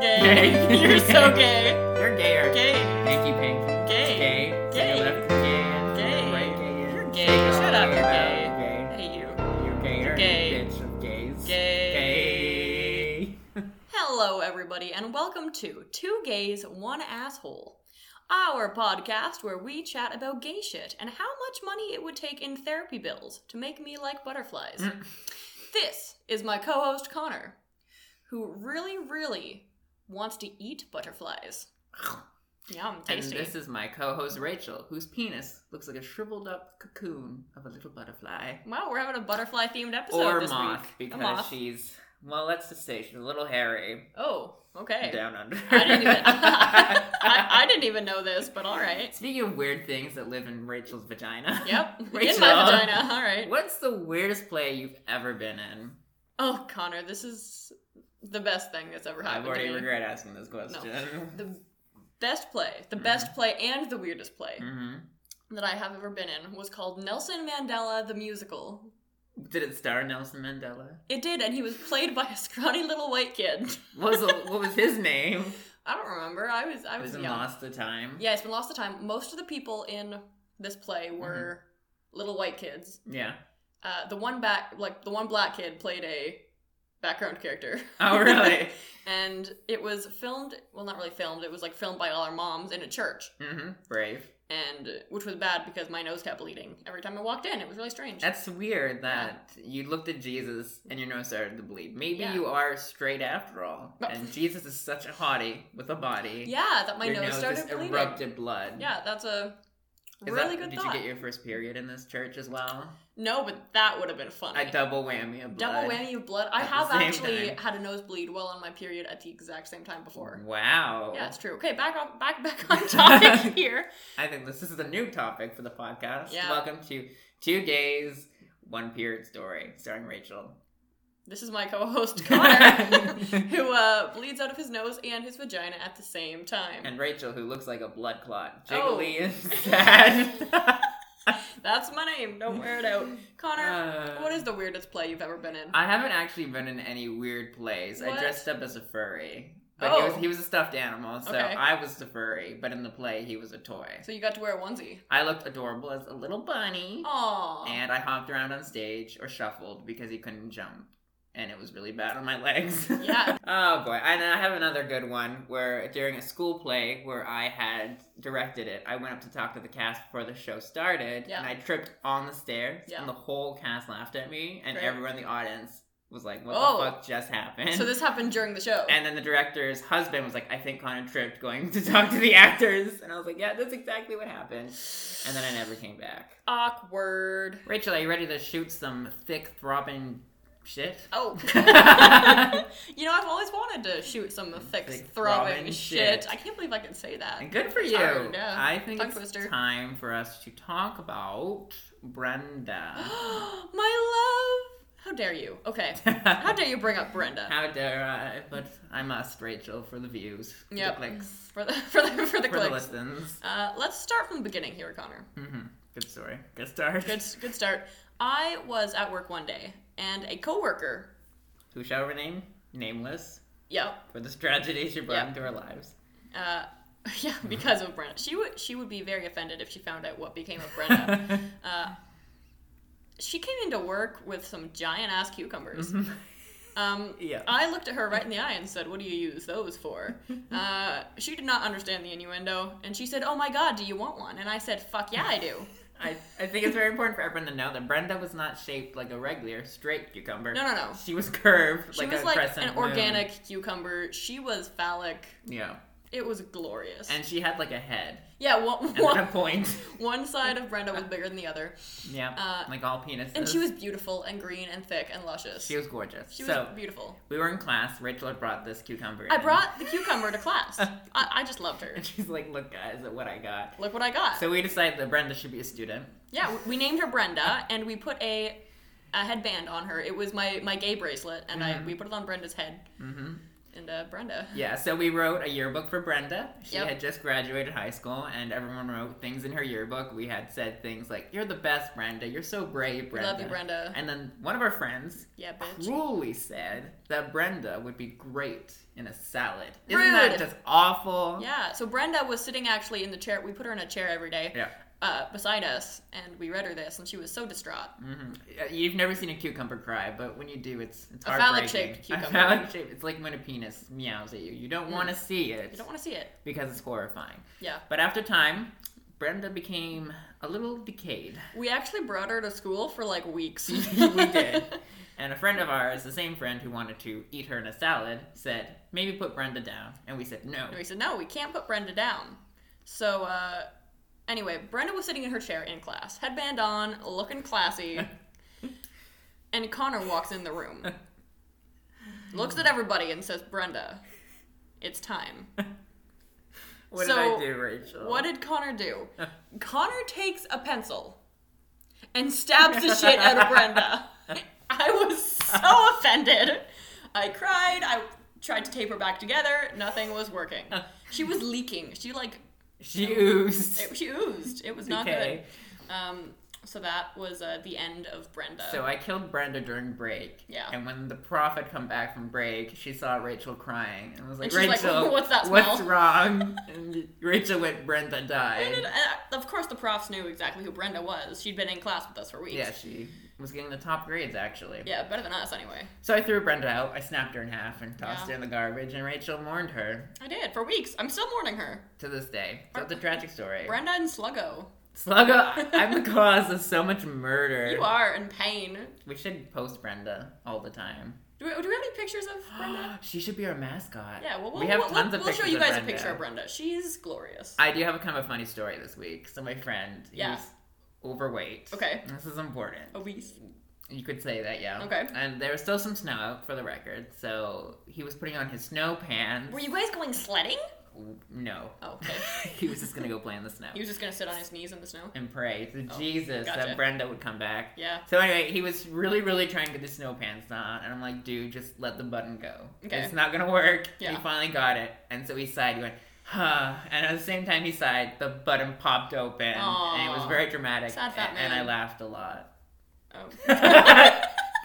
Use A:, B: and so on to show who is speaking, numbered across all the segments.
A: gay. You're so gay.
B: You're gayer.
A: Gay.
B: Pinky pink.
A: Gay.
B: Gay. To
A: Gay.
B: your left, gay.
A: Gay.
B: Right, gay.
A: You're gay.
B: Take it
A: Shut
B: all
A: up,
B: the
A: you're
B: way
A: gay.
B: around,
A: I
B: Gay.
A: hate you.
B: You're gayer.
A: Gay.
B: Bitch of gays.
A: Gay.
B: Gay.
A: Hello, everybody, and welcome to Two Gays, One Asshole, our podcast where we chat about gay shit and how much money it would take in therapy bills to make me like butterflies.
B: Mm.
A: This is my co host, Connor, who really, really wants to eat butterflies. Yum,
B: And
A: tasty.
B: this is my co-host Rachel, whose penis looks like a shriveled up cocoon of a little butterfly.
A: wow, we're having a butterfly themed episode
B: or
A: this
B: moth,
A: week. A
B: because
A: moth.
B: she's well, let's just say she's a little hairy
A: Oh, okay.
B: down under.
A: I didn't even. I, I didn't even know this, but all right.
B: Speaking of weird things that live in Rachel's vagina.
A: Yep, in my
B: Rachel.
A: vagina. All right.
B: What's the weirdest play you've ever been in?
A: Oh, Connor, this is the best thing that's ever
B: I've
A: happened
B: already
A: to me.
B: regret asking this question.
A: the best play, the
B: Mm-hmm.
A: best play, and the weirdest play
B: hmm
A: that I have ever been in was called Nelson Mandela the Musical.
B: Did it star Nelson Mandela?
A: It did, and he was played by a scrawny little white kid.
B: What was the, what was his name?
A: I don't remember. I was I was
B: Is it
A: young.
B: Lost the Time.
A: Yeah, it's been lost to time. Most of the people in this play
B: Mm-hmm.
A: were little white kids.
B: Yeah.
A: Uh, the one back, like the one black kid, played a background character.
B: Oh really?
A: and it was filmed. Well, not really filmed. It was like filmed by all our moms in a church.
B: hmm Brave.
A: and which was bad because my nose kept bleeding every time I walked in. It was really strange.
B: That's weird that you looked at Jesus and your nose started to bleed. Maybe
A: Yeah.
B: you are straight after all,
A: But-
B: and Jesus is such a hottie with a body.
A: yeah, that my
B: your
A: nose, started
B: just
A: bleeding.
B: erupted blood.
A: Yeah, that's a
B: Is
A: really
B: that-
A: good
B: Did
A: thought.
B: you get your first period in this church as well?
A: No, but that would have been funny.
B: A double whammy of blood.
A: Oh, Double whammy of blood. I
B: At the
A: have
B: same
A: actually
B: time.
A: had a nosebleed while on my period at the exact same time before.
B: Wow.
A: Yeah, it's true. Okay, back on back back on topic here.
B: I think this is a new topic for the podcast.
A: Yeah.
B: Welcome to Two Gays, One Period Story, starring Rachel.
A: This is my co-host Connor, who uh, bleeds out of his nose and his vagina at the same time.
B: and Rachel, who looks like a blood clot,
A: Oh.
B: jiggly and sad.
A: That's my name. Don't wear it out, Connor.
B: Uh,
A: what is the weirdest play you've ever been in?
B: I haven't actually been in any weird plays.
A: What?
B: I dressed up as a furry. But
A: Oh.
B: he was he was a stuffed animal, so
A: Okay.
B: I was the furry, but in the play he was a toy.
A: So you got to wear a onesie.
B: I looked adorable as a little bunny.
A: Aww.
B: And I hopped around on stage or shuffled because he couldn't jump. And it was really bad on my legs.
A: Yeah.
B: oh boy. And I have another good one where during a school play where I had directed it, I went up to talk to the cast before the show started
A: Yeah.
B: and I tripped on the stairs
A: Yeah.
B: and the whole cast laughed at me and
A: Great.
B: everyone in the audience was like, What
A: Oh.
B: the fuck just happened?
A: so this happened during the show.
B: and then the director's husband was like, I think Connor tripped going to talk to the actors. And I was like, Yeah, that's exactly what happened. And then I never came back.
A: Awkward.
B: Rachel, are you ready to shoot some thick throbbing shit?
A: Oh.
B: and
A: you know, I've always wanted to shoot some thick,
B: Thick
A: throbbing,
B: throbbing
A: shit.
B: shit.
A: I can't believe I can say that.
B: good for you.
A: Oh, Sorry, yeah.
B: I think
A: Tongue
B: it's
A: twister.
B: time for us to talk about Brenda.
A: My love. How dare you? Okay. How dare you bring up Brenda?
B: How dare I? But I must, Rachel, for the views, for
A: Yep.
B: the clicks,
A: For the for the for the
B: for the
A: clicks.
B: listens.
A: uh, let's start from the beginning here, Connor.
B: hmm Good story. Good start.
A: Good good start. I was at work one day, and a coworker.
B: Who shall rename? Nameless.
A: Yep.
B: For this tragedy she brought
A: Yeah.
B: into our lives.
A: Uh, yeah, because of Brenda. She would she would be very offended if she found out what became of Brenda. uh, she came into work with some giant ass cucumbers.
B: Mm-hmm.
A: Um,
B: Yeah.
A: I looked at her right in the eye and said, "What do you use those for?" Uh, she did not understand the innuendo, and she said, "Oh my God, do you want one?" And I said, "Fuck yeah, I do."
B: I, I think it's very important for everyone to know that Brenda was not shaped like a regular straight cucumber.
A: No, no, no.
B: She was curved,
A: She
B: like
A: was
B: a
A: like
B: crescent
A: an
B: moon.
A: organic cucumber. She was phallic.
B: Yeah,
A: It was glorious.
B: and she had like a head
A: yeah, one,
B: and then a
A: one,
B: point.
A: one side of Brenda was bigger than the other.
B: Yeah,
A: Uh,
B: like all penises.
A: And she was beautiful and green and thick and luscious.
B: she was gorgeous.
A: She was
B: so
A: beautiful.
B: we were in class. Rachel had brought this cucumber.
A: I
B: in,
A: brought the cucumber to class. I, I just loved her.
B: and she's like, "Look, guys, at what I got."
A: Look what I got.
B: So we decided that Brenda should be a student.
A: yeah, we- we named her Brenda, and we put a, a headband on her. It was my, my gay bracelet, and I we put it on Brenda's head.
B: hmm
A: and uh, Brenda.
B: Mm-hmm. Yeah, so we wrote a yearbook for Brenda. She
A: Yep.
B: had just graduated high school, and everyone wrote things in her yearbook. We had said things like, You're the best, Brenda. You're so brave,
A: We
B: Brenda.
A: Love you, Brenda.
B: And then one of our friends
A: Yeah, bitch.
B: cruelly said that Brenda would be great in a salad. Isn't that
A: Rude.
B: just awful?
A: Yeah, so Brenda was sitting actually in the chair. We put her in a chair every day
B: Yeah.
A: uh, beside us, and we read her this, and she was so distraught.
B: hmm You've never seen a cucumber cry, but when you do, it's it's
A: A phallic
B: heartbreaking.
A: shaped cucumber.
B: A phallic shaped. It's like when a penis meows at you. You don't
A: Mm.
B: want to see it
A: You don't want to see it.
B: because it's horrifying.
A: Yeah.
B: But after time, Brenda became a little decayed.
A: We actually brought her to school for like weeks.
B: we did. And a friend of ours, the same friend who wanted to eat her in a salad, said, maybe put Brenda down. And we said, no.
A: And we said, no, we can't put Brenda down. So, uh, anyway, Brenda was sitting in her chair in class, headband on, looking classy. and Connor walks in the room, looks at everybody, and says, Brenda, it's time.
B: What
A: So,
B: did I do, Rachel?
A: What did Connor do? Connor takes a pencil and stabs the shit out of Brenda. I was so offended. I cried. I tried to tape her back together. Nothing was working. She was leaking. She like
B: She oozed.
A: it, she oozed. It was not
B: Okay.
A: good. Um, so that was uh, the end of Brenda.
B: So I killed Brenda during break.
A: Yeah.
B: And when the prof had come back from break, she saw Rachel crying and was like,
A: And she's like,
B: Rachel,
A: "What's that
B: what's
A: smell?"
B: wrong? and Rachel went, Brenda
A: And it-
B: died.
A: and, uh, of course, the profs knew exactly who Brenda was. She'd been in class with us for weeks.
B: Yeah, she was getting the top grades actually.
A: Yeah, better than us anyway.
B: So I threw Brenda out. I snapped her in half and tossed
A: Yeah.
B: her in the garbage, and Rachel mourned her
A: I did for weeks. I'm still mourning her.
B: to this day. So it's a tragic story.
A: Brenda and Sluggo.
B: Sluggo, I'm the cause of so much murder.
A: You are in pain.
B: We should post Brenda all the time.
A: Do we, do we have any pictures of Brenda?
B: she should be our mascot.
A: Yeah, well, we'll,
B: we have
A: we'll,
B: tons
A: we'll,
B: of
A: we'll
B: pictures
A: show you guys
B: of
A: a picture of Brenda. She's glorious.
B: I do have a kind of a funny story this week. So my friend, he
A: Yeah.
B: was overweight.
A: Okay.
B: This is important.
A: Obese.
B: You could say that, yeah.
A: Okay.
B: And there was still some snow out for the record, so he was putting on his snow pants.
A: Were you guys going sledding?
B: No.
A: Oh, okay.
B: he was just gonna go play in the snow
A: He was just gonna sit on his knees in the snow.
B: and pray to
A: Oh,
B: Jesus
A: gotcha.
B: that Brenda would come back.
A: Yeah.
B: So anyway, he was really, really trying to get the snow pants on, and I'm like, dude, just let the button go.
A: Okay.
B: It's not gonna work.
A: Yeah.
B: He finally got it, and so he sighed. He went, huh. And at the same time he sighed, the button popped open, and it
A: Aw.
B: was very dramatic.
A: Sad fat
B: a- and I
A: man.
B: laughed a lot.
A: Oh.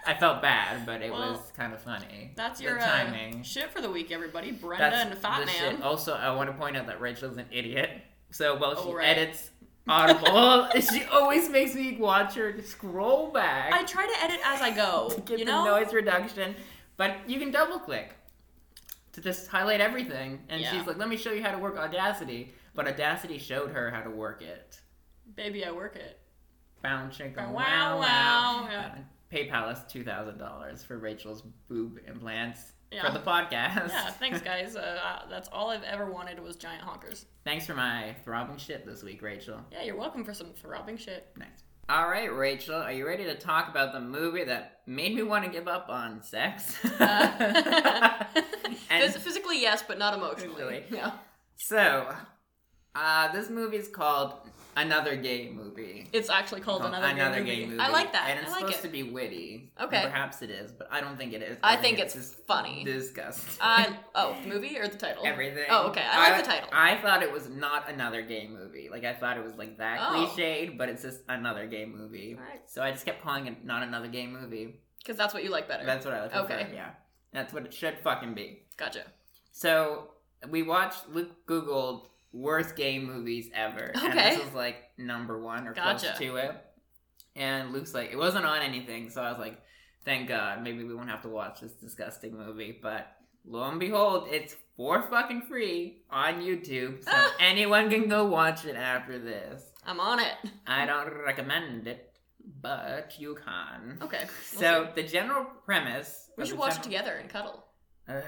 B: I felt bad, but it
A: Well,
B: was kind of funny.
A: That's
B: The
A: your
B: timing.
A: Uh, shit for the week, everybody. Brenda
B: That's
A: and Fat
B: the
A: Man.
B: shit. Oh. Also, I want to point out that Rachel's an idiot. So while
A: Oh,
B: she
A: right.
B: edits Audible, she always makes me watch her scroll back
A: I try to edit as I go.
B: to get
A: you
B: the
A: know.
B: noise reduction. But you can double click to just highlight everything. And
A: Yeah.
B: she's like, let me show you how to work Audacity. But Audacity showed her how to work it.
A: Baby, I work it.
B: Bound chicken.
A: Wow,
B: Wow, wow.
A: wow. Yeah.
B: Uh, PayPal us $2,000 for Rachel's boob implants
A: Yeah.
B: for the podcast.
A: Yeah. Thanks, guys. Uh, uh, that's all I've ever wanted was giant honkers.
B: Thanks for my throbbing shit this week, Rachel.
A: Yeah, you're welcome for some throbbing shit.
B: Nice. All right, Rachel, are you ready to talk about the movie that made me want to give up on sex?
A: Uh,
B: and
A: Phys- physically, yes, but not emotionally.
B: Really?
A: Yeah.
B: so, uh, this movie is called Another Gay Movie.
A: It's actually called
B: Called
A: another, gay, movie. I like that.
B: And it's
A: I like
B: supposed
A: it.
B: to be witty.
A: Okay.
B: Perhaps it is, but I don't think it is.
A: I think it's
B: just
A: funny.
B: Disgusting.
A: I oh, the movie or the title?
B: Everything.
A: Oh, okay. I like the title.
B: I thought it was not another gay movie. Like I thought it was like that
A: Oh.
B: cliched, but it's just another gay movie.
A: Alright.
B: So I just kept calling it not another gay movie.
A: Because that's what you like better.
B: That's what I like.
A: Okay.
B: Okay. Yeah. That's what it should fucking be.
A: gotcha.
B: So we watched Luke Googled worst gay movies ever. And
A: Okay.
B: this was like number one or
A: Gotcha.
B: close to it. And Luke's like, it wasn't on anything, so I was like, thank God, maybe we won't have to watch this disgusting movie. But lo and behold, it's for fucking free on YouTube, so
A: Ah.
B: anyone can go watch it after this.
A: I'm on it.
B: I don't recommend it, but you can.
A: Okay. Oh, we'll
B: So
A: see.
B: the general premise.
A: we
B: of
A: should
B: the
A: watch it
B: general-
A: together and cuddle.
B: Ugh.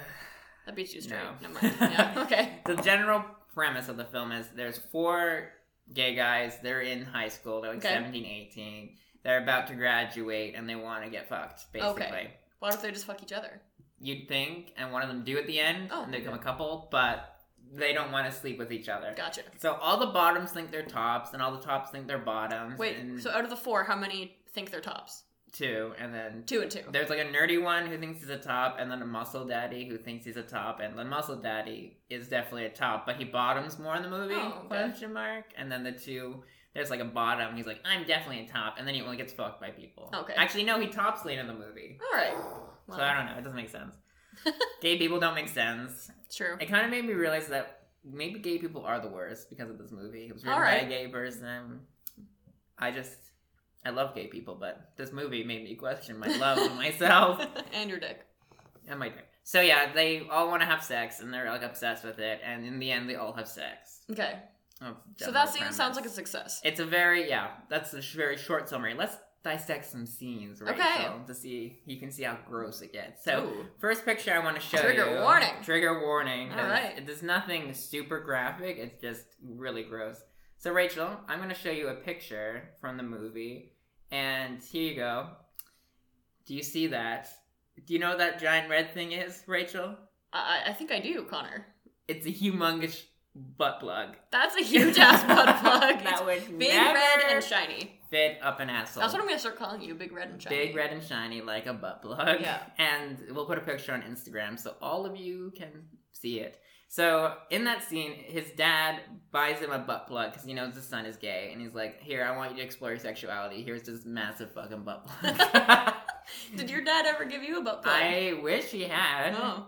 A: That beats you straight.
B: No.
A: Never mind. Yeah. Okay.
B: the general premise of the film is there's four gay guys they're in high school they're like
A: Okay.
B: seventeen, 17 18 they're about to graduate and they want to get fucked basically
A: Okay. Why don't they just fuck each other?
B: you'd think and one of them do at the end
A: Oh,
B: and they become
A: okay.
B: a couple but they don't want to sleep with each other
A: Gotcha.
B: so all the bottoms think they're tops and all the tops think they're bottoms
A: Wait.
B: and
A: So out of the four, how many think they're tops?
B: two, and then
A: Two and two.
B: there's like a nerdy one who thinks he's a top, and then a muscle daddy who thinks he's a top, and the muscle daddy is definitely a top, but he bottoms more in the movie.
A: Oh, okay.
B: Question mark. And then the two, there's like a bottom. He's like, I'm definitely a top, and then he only gets fucked by people.
A: Okay.
B: Actually, no, he tops later in the movie.
A: All right.
B: So I
A: Well,
B: don't know. It doesn't make sense. Gay people don't make sense.
A: true.
B: It kind of made me realize that maybe gay people are the worst because of this movie. It was written
A: All
B: by
A: right.
B: a gay person. I just, I love gay people, but this movie made me question my love of myself
A: and your dick.
B: and my dick. So yeah, they all want to have sex and they're like obsessed with it, and in the end, they all have sex.
A: Okay.
B: Oh,
A: so
B: general
A: that scene
B: premise.
A: sounds like a success.
B: It's a very yeah. That's a sh- very short summary. Let's dissect some scenes, Rachel,
A: Okay.
B: to see you can see how gross it gets. So.
A: Ooh.
B: First picture I want to show you.
A: Trigger warning.
B: Trigger warning. 'cause
A: All right.
B: It does nothing super graphic. It's just really gross. So Rachel, I'm going to show you a picture from the movie, and here you go. Do you see that? Do you know what that giant red thing is, Rachel?
A: I, I think I do, Connor.
B: It's a humongous butt plug.
A: That's a huge ass butt plug.
B: that
A: It's
B: would
A: big,
B: never
A: red, and shiny.
B: fit up an asshole.
A: That's what I'm gonna start calling you, big, red, and shiny.
B: Big red and shiny like a butt plug.
A: Yeah.
B: And we'll put a picture on Instagram so all of you can see it. So in that scene, his dad buys him a butt plug because he knows his son is gay, and he's like, "Here, I want you to explore your sexuality. Here's this massive fucking butt plug."
A: Did your dad ever give you a butt plug? Oh.
B: I wish he had,
A: No.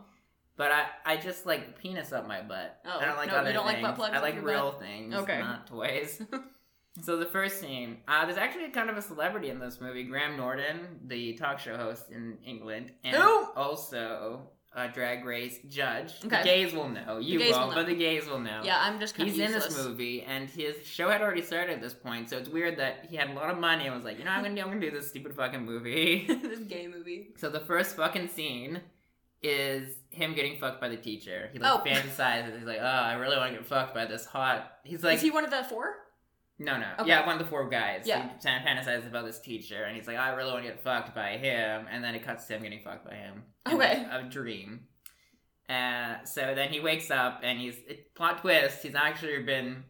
B: but I, I just like penis up my butt.
A: Oh,
B: I don't like
A: no, you
B: other
A: don't like
B: things.
A: butt plugs
B: I
A: up
B: like
A: your
B: real things,
A: Okay.
B: not toys. so the first scene, uh, there's actually kind of a celebrity in this movie, Graham Norton, the talk show host in England, and
A: Who?
B: also a drag race judge.
A: Okay.
B: The gays will know. You
A: gays will
B: won't,
A: know.
B: but the gays will know.
A: Yeah, I'm just kind
B: He's
A: of
B: in this movie, and his show had already started at this point, so it's weird that he had a lot of money and was like, you know, what I'm gonna do, I'm gonna do this stupid fucking movie.
A: this gay movie.
B: So the first fucking scene is him getting fucked by the teacher. He like
A: Oh.
B: fantasizes. He's like, oh, I really want to get fucked by this hot. He's like,
A: Is he one of the four?
B: no, no,
A: Okay.
B: yeah, one of the four guys.
A: Yeah.
B: He fan- fantasizes about this teacher, and he's like, I really want to get fucked by him. And then it cuts to him getting fucked by him. And
A: Okay.
B: it's A dream. Uh, so then he wakes up, and he's it, plot twist. He's actually been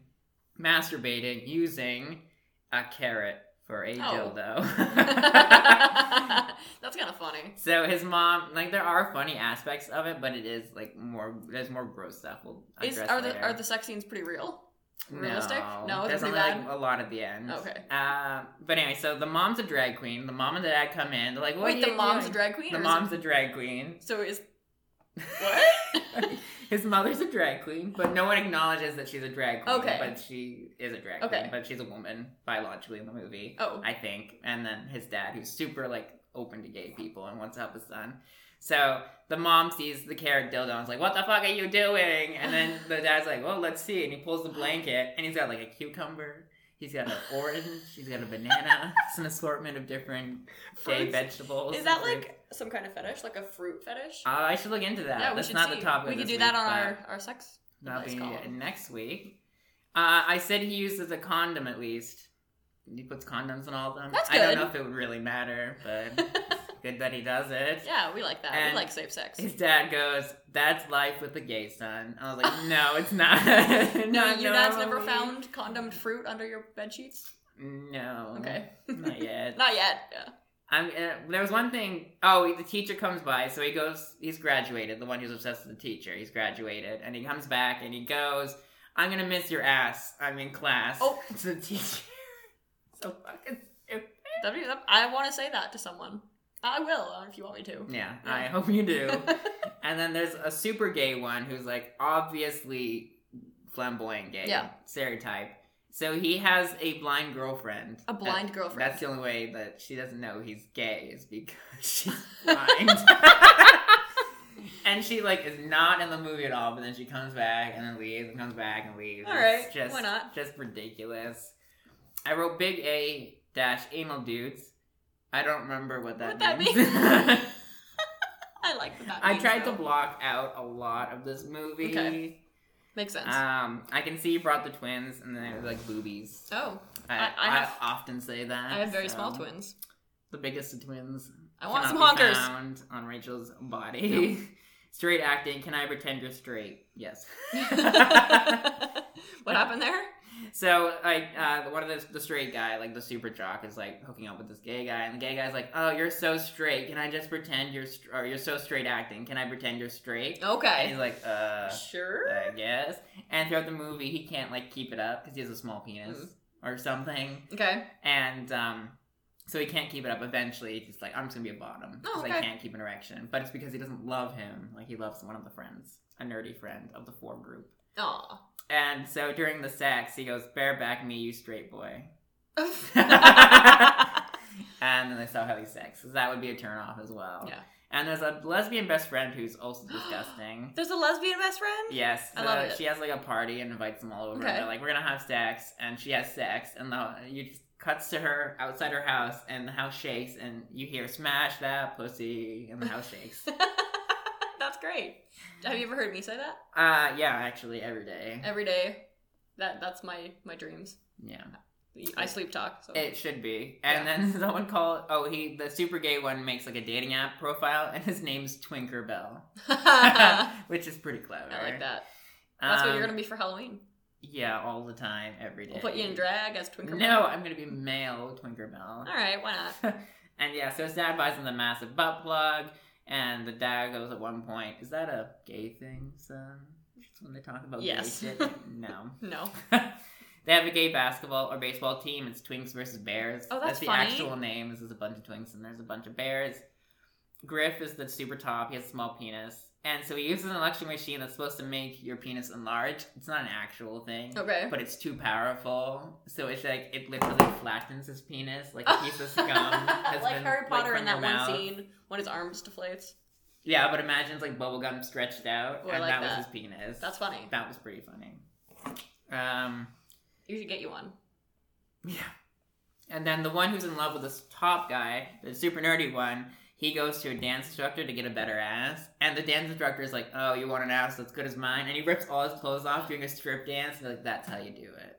B: masturbating using a carrot for a
A: Oh.
B: dildo.
A: That's kind of funny.
B: So his mom, like, there are funny aspects of it, but it is like more. There's more gross stuff. We'll
A: Is,
B: address
A: are the
B: later.
A: are the sex scenes pretty real?
B: No.
A: realistic? No, it's
B: there's
A: pretty
B: only
A: bad.
B: like a lot at the end.
A: Okay.
B: Um, but anyway, so the mom's a drag queen. The mom and the dad come in. They're like, "What are
A: Wait, the
B: you
A: mom's a
B: doing?"
A: drag queen.
B: The
A: or
B: mom's
A: Is
B: a drag queen.
A: it, so is
B: What? his mother's a drag queen, but no one acknowledges that she's a drag queen.
A: Okay.
B: But she is a drag
A: Okay.
B: queen, but she's a woman biologically in the movie.
A: oh
B: I think, and then his dad, who's super like open to gay people and wants to help his son. So the mom sees the carrot dildo and is like, "What the fuck are you doing?" And then the dad's like, "Well, let's see." And he pulls the blanket, and he's got like a cucumber. He's got an orange. He's got a banana. It's an assortment of different gay
A: Fruits.
B: vegetables.
A: Is
B: and
A: that
B: fruits.
A: like some kind of fetish, like a fruit fetish?
B: Uh, I should look into that.
A: yeah, we
B: That's
A: should
B: not
A: see.
B: the topic.
A: we
B: of
A: could
B: this
A: do that
B: week,
A: on
B: but-
A: our, our sex.
B: That'll
A: Nice
B: be
A: call.
B: next week. Uh, I said he uses a condom at least. He puts condoms in all of them.
A: That's
B: I don't
A: good.
B: know if it would really matter, but good that he does it.
A: Yeah, we like that.
B: And-
A: we like safe sex.
B: His dad goes, "That's life with a gay son." I was like, "No, it's not." no,
A: No, your dad's never found condomed fruit under your bed sheets.
B: No.
A: Okay,
B: Not yet.
A: not yet. Yeah.
B: I'm, uh, there was one thing. Oh, the teacher comes by, so he goes. He's graduated. The one who's obsessed with the teacher. He's graduated, and he comes back and he goes, "I'm gonna miss your ass. I'm in class."
A: Oh.
B: it's the teacher. so fucking stupid.
A: That'd be, that, I want to say that to someone. I will uh, if you want me to.
B: Yeah,
A: Yeah.
B: I hope you do. and then there's a super gay one who's like obviously flamboyant gay.
A: Yeah.
B: stereotype. So he has a blind girlfriend.
A: A blind
B: That-
A: girlfriend.
B: That's the only way that she doesn't know he's gay is because she's blind. and she like is not in the movie at all, but then she comes back and then leaves and comes back and leaves.
A: All
B: It's
A: right,
B: just
A: why not?
B: just ridiculous. I wrote big A dash anal dudes. I don't remember what that
A: What that
B: means.
A: means? I like that. that
B: I
A: means,
B: tried to
A: though.
B: block out a lot of this movie.
A: Okay. Makes sense.
B: Um, I can see you brought the twins, and then it was like boobies.
A: oh,
B: I,
A: I- I
B: I
A: have-
B: often say that.
A: I have very
B: so-
A: small twins.
B: The biggest of twins.
A: I want some
B: cannot be
A: honkers.
B: Found on Rachel's body. straight acting. Can I pretend you're straight? Yes.
A: what happened there?
B: So like uh, one of the, the straight guy, like the super jock, is like hooking up with this gay guy, and the gay guy's like, "Oh, you're so straight. Can I just pretend you're str- or you're so straight acting? Can I pretend you're straight?" And
A: Okay.
B: he's like, "Uh,
A: Sure.
B: I guess." And throughout the movie, he can't like keep it up because he has a small penis
A: Mm.
B: or something,
A: Okay.
B: and um, so he can't keep it up. Eventually, he's just like, "I'm just gonna be a bottom
A: Oh,
B: because I
A: okay.
B: can't keep an erection." But it's because he doesn't love him. Like he loves one of the friends, a nerdy friend of the four group.
A: Aw.
B: And so during the sex, he goes, bareback me, you straight boy.
A: yeah.
B: And then they stop having sex. So that would be a turnoff as well.
A: Yeah.
B: And there's a lesbian best friend who's also disgusting.
A: There's a lesbian best friend?
B: yes.
A: I love
B: uh,
A: it.
B: She has like a party and invites them all over.
A: Okay.
B: And they're like, we're going to have sex. And she has sex. And the, you just cuts to her outside her house. And the house shakes. And you hear, smash that pussy. And the house shakes.
A: That's great. Have you ever heard me say that?
B: uh, yeah, actually, every day.
A: Every day. That that's my my dreams.
B: yeah.
A: I sleep talk. So.
B: It should be. And then someone called. Oh, he the super gay one makes like a dating app profile, and his name's Twinker Bell,
A: Uh-huh. I
B: which is pretty clever.
A: like that. That's what you're
B: Um,
A: gonna be for Halloween.
B: Yeah, all the time, every day.
A: We'll put you in drag as Twinkle.
B: No, I'm gonna be male Twinker Bell.
A: All right. Why not?
B: And yeah, so his dad buys him the massive butt plug, and the dad goes at one point, "Is that a gay thing, son?" It's when they talk about gay
A: Yes.
B: shit. No.
A: No.
B: they have a gay basketball or baseball team. It's Twinks versus Bears.
A: Oh, that's
B: the
A: funny.
B: actual name. This is a bunch of Twinks and there's a bunch of Bears. Griff is the super top. He has a small penis. And so he uses an election machine that's supposed to make your penis enlarge. It's not an actual thing.
A: Okay.
B: But it's too powerful. So it's like, it literally flattens his penis like a piece of scum. has
A: like
B: been,
A: Harry Potter in
B: from your
A: that one
B: mouth.
A: scene when his arms deflates.
B: Yeah, but imagine it's like bubblegum stretched out.
A: Or
B: and
A: like
B: that,
A: that.
B: was his penis.
A: That's funny.
B: That was pretty funny. Um,
A: You should get you one.
B: Yeah. And then the one who's in love with this top guy, the super nerdy one, he goes to a dance instructor to get a better ass. And the dance instructor is like, Oh, you want an ass that's good as mine? And he rips all his clothes off doing a strip dance. And like, That's how you do it.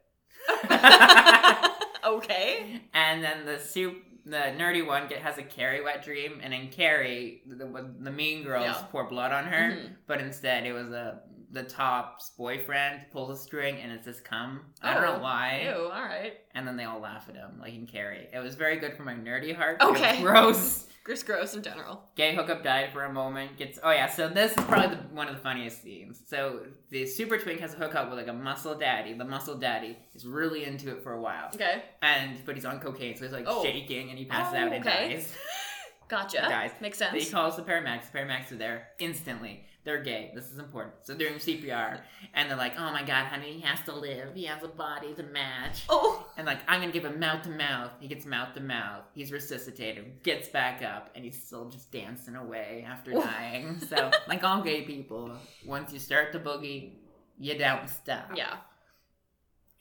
A: okay.
B: and then the soup. The nerdy one get, has a Carrie wet dream, and in Carrie, the, the, the mean girls
A: Yeah.
B: pour blood on her,
A: Mhm.
B: but instead it was a the top's boyfriend pulls a string, and it's his cum. I don't
A: Oh.
B: know why.
A: Ew. All right.
B: And then they all laugh at him, like in Carrie. It was very good for my nerdy heart.
A: Okay.
B: It was gross.
A: Just gross in general.
B: Gay hookup died for a moment. Gets oh yeah. So this is probably the, one of the funniest scenes. So the super twink has a hookup with like a muscle daddy. The muscle daddy is really into it for a while,
A: Okay.
B: and but he's on cocaine, so he's like
A: Oh.
B: shaking and he passes
A: Oh,
B: out and
A: okay.
B: dies.
A: Gotcha.
B: Guys,
A: Makes
B: But he
A: sense.
B: calls the paramedics. The paramedics are there instantly. They're gay. This is important. So they're doing CPR, and they're like, "Oh my god, honey, he has to live. He has a body to match."
A: Oh.
B: And like, I'm gonna give him mouth to mouth. He gets mouth to mouth. He's resuscitated, gets back up, and he's still just dancing away after
A: Oof.
B: dying. So, like all gay people, once you start the boogie, you don't stop.
A: Yeah.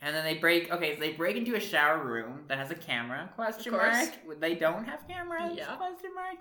B: And then they break. Okay, so they break into a shower room that has a camera? Question
A: Of course.
B: mark. They don't have cameras?
A: Yeah.
B: Question mark.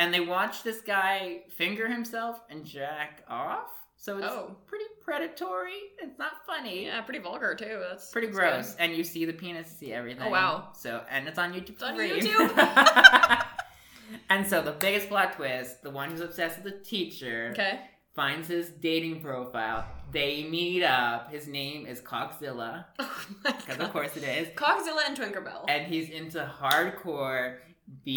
B: And they watch this guy finger himself and jack off. So it's
A: Oh.
B: pretty predatory. It's not funny.
A: Yeah. Pretty vulgar too. That's
B: Pretty
A: that's
B: gross.
A: good.
B: And you see the penis, see everything.
A: Oh, wow.
B: So and it's on YouTube. It's
A: on
B: YouTube. and so the biggest plot twist: the one who's obsessed with the teacher
A: Okay.
B: finds his dating profile. They meet up. His name is Coxzilla,
A: Oh my
B: because of
A: God.
B: course it is.
A: Cogzilla and Twinkerbell.
B: And he's into hardcore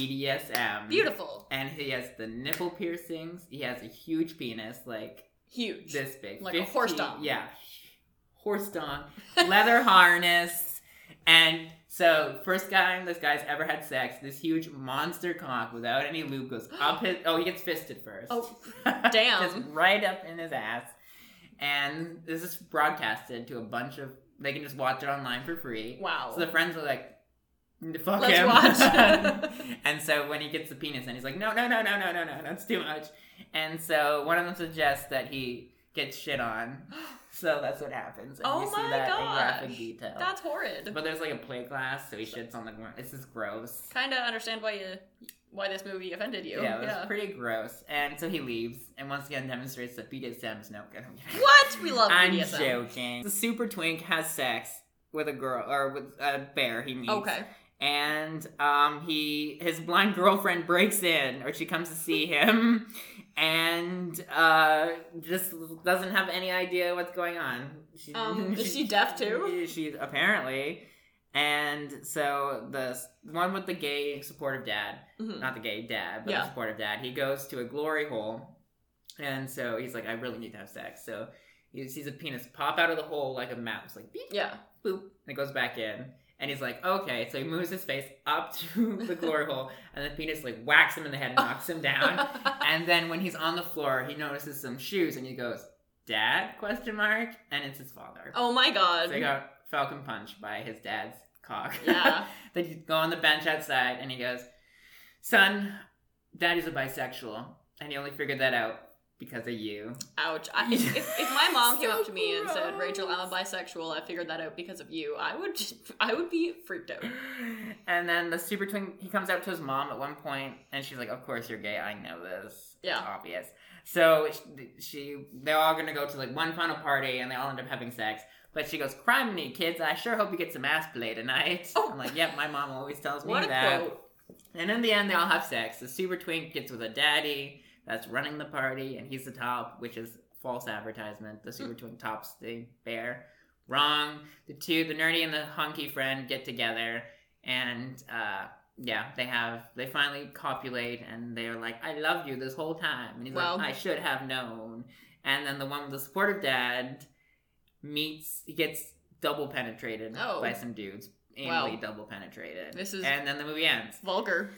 B: BDSM.
A: Beautiful.
B: And he has the nipple piercings. He has a huge penis, like
A: Huge.
B: this big,
A: Like a horse
B: 15
A: dong.
B: Yeah, horse dong, leather harness, and so first guy this guy's ever had sex. This huge monster cock without any lube goes up his. Oh, he gets fisted first.
A: Oh, damn.
B: Just right up in his ass, and this is broadcasted to a bunch of. They can just watch it online for free.
A: Wow.
B: So the friends are like. Fuck
A: Let's
B: him.
A: watch.
B: and so when he gets the penis, and he's like, no, no, no, no, no, no, no, that's too much. And so one of them suggests that he gets shit on. So that's what happens. And
A: Oh
B: you
A: my
B: see that in
A: gosh.
B: graphic detail.
A: That's horrid.
B: But there's like a play class, so he shits on the ground. This is gross.
A: Kind of understand why you why this movie offended you.
B: Yeah, it was pretty gross. And so he leaves, and once again demonstrates that BDSM is no good.
A: What? We love
B: I'm
A: BDSM.
B: joking. The super twink has sex with a girl or with a bear he meets.
A: Okay.
B: and um, he his blind girlfriend breaks in, or she comes to see him, and uh, just doesn't have any idea what's going on. She,
A: Um, is she deaf too?
B: She apparently. And so the s- one with the gay supportive dad,
A: Mhm.
B: not the gay dad, but
A: Yeah.
B: the supportive dad, he goes to a glory hole, and so he's like, "I really need to have sex." So he sees a penis pop out of the hole like a mouse, like beep,
A: Yeah.
B: boop, and it goes back in. And he's like, okay. So he moves his face up to the glory hole, and the penis like whacks him in the head and knocks him down. And then when he's on the floor, he notices some shoes, and he goes, "Dad?" question mark, and it's his father.
A: oh my god.
B: So he got falcon punched by his dad's cock.
A: Yeah.
B: then you go on the bench outside, and he goes, "Son, daddy's a bisexual," and he only figured that out because of you.
A: Ouch. I, if, if if my mom came
B: So
A: up to me and said,
B: gross.
A: "Rachel, I'm a bisexual. I figured that out because of you," I would just, I would be freaked out.
B: And then the super twin, he comes out to his mom at one point, and she's like, "Of course you're gay. I know this.
A: Yeah.
B: it's obvious." So she, she, they're all gonna go to like one final party, and they all end up having sex. But she goes, "Crime me, kids. I sure hope you get some ass play tonight."
A: Oh.
B: I'm like, "Yep, my mom always tells me
A: What a
B: that."
A: quote.
B: And in the end, they all have sex. The super twink gets with a daddy that's running the party, and he's the top, which is false advertisement. The
A: Hmm.
B: super twink tops the bear. Wrong. The two, the nerdy and the hunky friend, get together, and uh, yeah, they have they finally copulate, and they're like, "I loved you this whole time," and he's
A: Well-
B: like, "I should have known." And then the one with the supportive dad meets, he gets double penetrated
A: Oh.
B: by some dudes, anally
A: Wow.
B: double penetrated.
A: This is-
B: and then the movie ends.
A: Vulgar.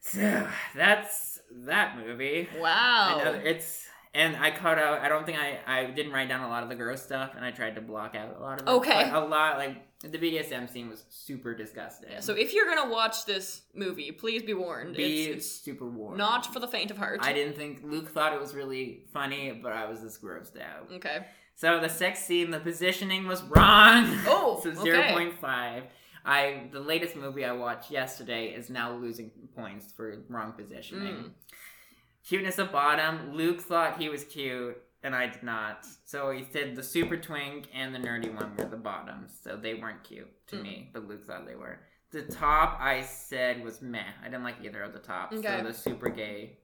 B: So that's that movie.
A: Wow.
B: I know it's and I caught out. I don't think I I didn't write down a lot of the gross stuff, and I tried to block out a lot of it.
A: Okay.
B: but a lot like the BDSM scene was super disgusting.
A: Yeah, so if you're gonna watch this movie, please be warned.
B: be
A: it's,
B: super warm.
A: it's not for the faint of heart.
B: I didn't think Luke thought it was really funny, but I was just grossed out.
A: Okay.
B: So the sex scene, the positioning was wrong.
A: Oh,
B: so
A: okay.
B: zero point five. I the latest movie I watched yesterday is now losing points for wrong positioning.
A: Mm.
B: Cuteness of bottom. Luke thought he was cute, and I did not. So he said the super twink and the nerdy one were the bottoms. So they weren't cute to
A: Mm.
B: me, but Luke thought they were. The top I said was meh. I didn't like either of the tops.
A: Okay.
B: So the super gay.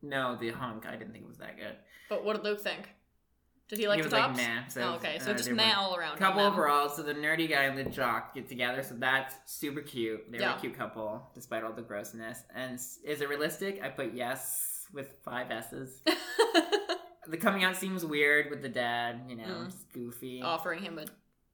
B: No, the hunk. I didn't think it was that good.
A: But what did Luke think? Did he like
B: he
A: the
B: was
A: tops?
B: like meh. So
A: oh, okay, so
B: uh,
A: just
B: they
A: meh
B: weren't-
A: all around.
B: couple
A: meh.
B: overall so the nerdy guy and the jock get together so that's super cute they're
A: Yeah.
B: a cute couple despite all the grossness and s- is it realistic i put yes with five s's the coming out seems weird with the dad you know
A: Mm.
B: it's goofy
A: Offering him a